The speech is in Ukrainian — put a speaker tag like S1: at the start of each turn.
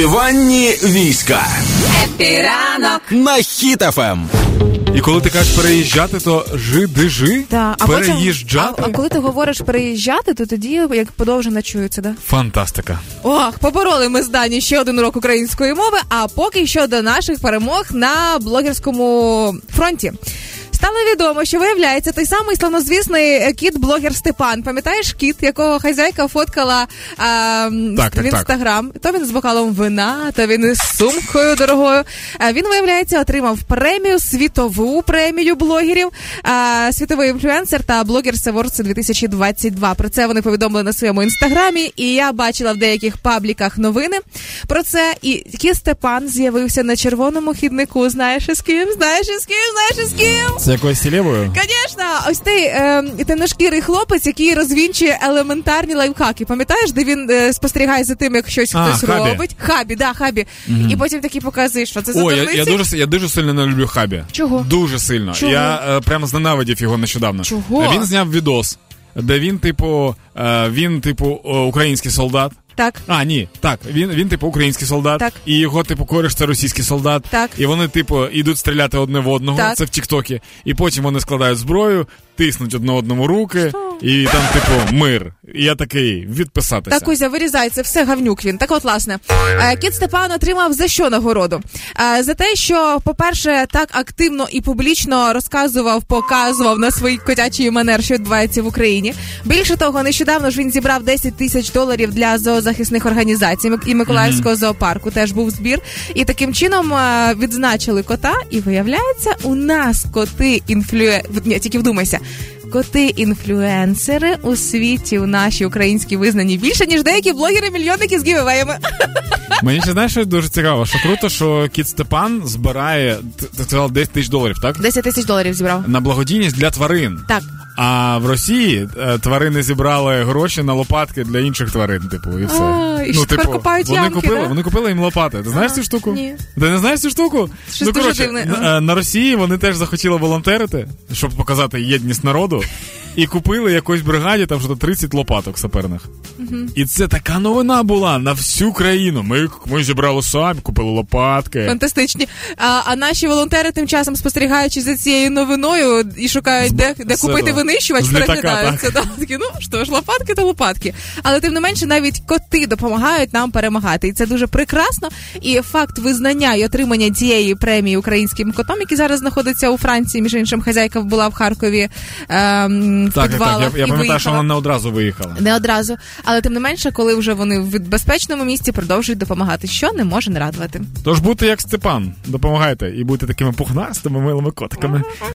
S1: Диванні війська
S2: Піранок.
S1: на хітафем.
S3: І коли ти кажеш переїжджати, то жи-дижи?
S4: Та, а потім-
S3: переїжджати?
S4: а, а коли ти говориш переїжджати, то тоді як подовжена чується, да?
S3: Фантастика.
S4: Ох, побороли ми з Дані ще один урок української мови. А поки що до наших перемог на блогерському фронті. Стало відомо, що виявляється той самий славнозвісний е, кіт-блогер Степан. Пам'ятаєш кіт, якого хазяйка фоткала а, м,
S3: Так, так,
S4: в
S3: так.
S4: інстаграм? То він з бокалом вина, то він із сумкою дорогою. А він виявляється отримав премію, світову премію блогерів, а, світовий інфлюенсер та блогер Awards 2022. Про це вони повідомили на своєму інстаграмі, і я бачила в деяких пабліках новини про це. І Кіт Степан з'явився на червоному хіднику. Знаєш із ким? Знаєш із ким? Знаєш із ким?
S3: З якоюсь сілєвою?
S4: Звісно, ось той е, темношкірий хлопець, який розвінчує елементарні лайфхаки. Пам'ятаєш, де він е, спостерігає за тим, як щось
S3: А,
S4: хтось
S3: Хабі.
S4: робить? Хабі, да, хабі. І потім такий показує, що це за
S3: О, я,
S4: дурниці.
S3: я дуже я дуже сильно не люблю хабі.
S4: Чого?
S3: Дуже сильно.
S4: Чого?
S3: Я е, прямо зненавидів його нещодавно.
S4: Чого?
S3: Він зняв відос, де він, типу, е, він, типу, е, український солдат.
S4: Так.
S3: А, ні, так. Він, він типу, український солдат,
S4: Так.
S3: і його, типу, кореш це російський солдат.
S4: Так.
S3: І вони, типу, ідуть стріляти одне в одного.
S4: Так.
S3: Це в Тіктокі. І потім вони складають зброю, тиснуть одне одному руки, і там, типу, мир. І я такий відписатися.
S4: Так, Кузя, вирізай, це все гавнюк він. Так от, власне, е, кіт Степан отримав за що нагороду? Е, За те, що, по-перше, так активно і публічно розказував, показував на своїй котячій манер, що відбувається в Україні. Більше того, нещодавно ж він зібрав 10 тисяч доларів для зоозахисних організацій Мик- і Миколаївського зоопарку. Теж був збір. І таким чином е, відзначили кота. І виявляється, у нас коти інфлює... Ні, тільки вдумайся. Коти-інфлюенсери у світі у наші українські визнані більше, ніж деякі блогери-мільйонники з гівевеями.
S3: Мені ще знаєш, що дуже цікаво, що круто, що кіт Степан збирає ти- ти сказав 10 тисяч доларів, так?
S4: 10 тисяч доларів зібрав.
S3: На благодійність для тварин.
S4: Так.
S3: А в Росії е, тварини зібрали гроші на лопатки для інших тварин, типу, і все. типу,
S4: А, і що тепер копають
S3: вони
S4: ямки,
S3: купили,
S4: да?
S3: вони купили їм лопати. Ти знаєш
S4: А,
S3: цю штуку?
S4: ні.
S3: Ти не знаєш цю штуку?
S4: Щось дуже дивне.
S3: на, е, на Росії вони теж захотіли волонтерити, щоб показати єдність народу, і купили якоїсь бригаді там що 30 лопаток саперних. І це така новина була на всю країну. Ми, ми зібрали самі, купили лопатки.
S4: Фантастичні. А, а наші волонтери тим часом спостерігаючи за цією новиною і шукають, де, де
S3: з-
S4: купити
S3: з-
S4: винищувач,
S3: з літака,
S4: переглядаються. Да, такі, ну що ж, лопатки та лопатки. Але тим не менше, навіть коти допомагають нам перемагати. І це дуже прекрасно. І факт визнання і отримання цієї премії українським котам, які зараз знаходиться у Франції, між іншим, хазяйка була в Харкові ем, в
S3: Так, так,
S4: підвалах.
S3: так. Я, я
S4: і
S3: пам'ятаю, що
S4: виїхала.
S3: вона не одразу виїхала.
S4: Не одразу, але тим не менше, коли вже вони в безпечному місці продовжують допомагати, що не може не радувати.
S3: Тож будьте як Степан, допомагайте і будьте такими пухнастими милими котиками.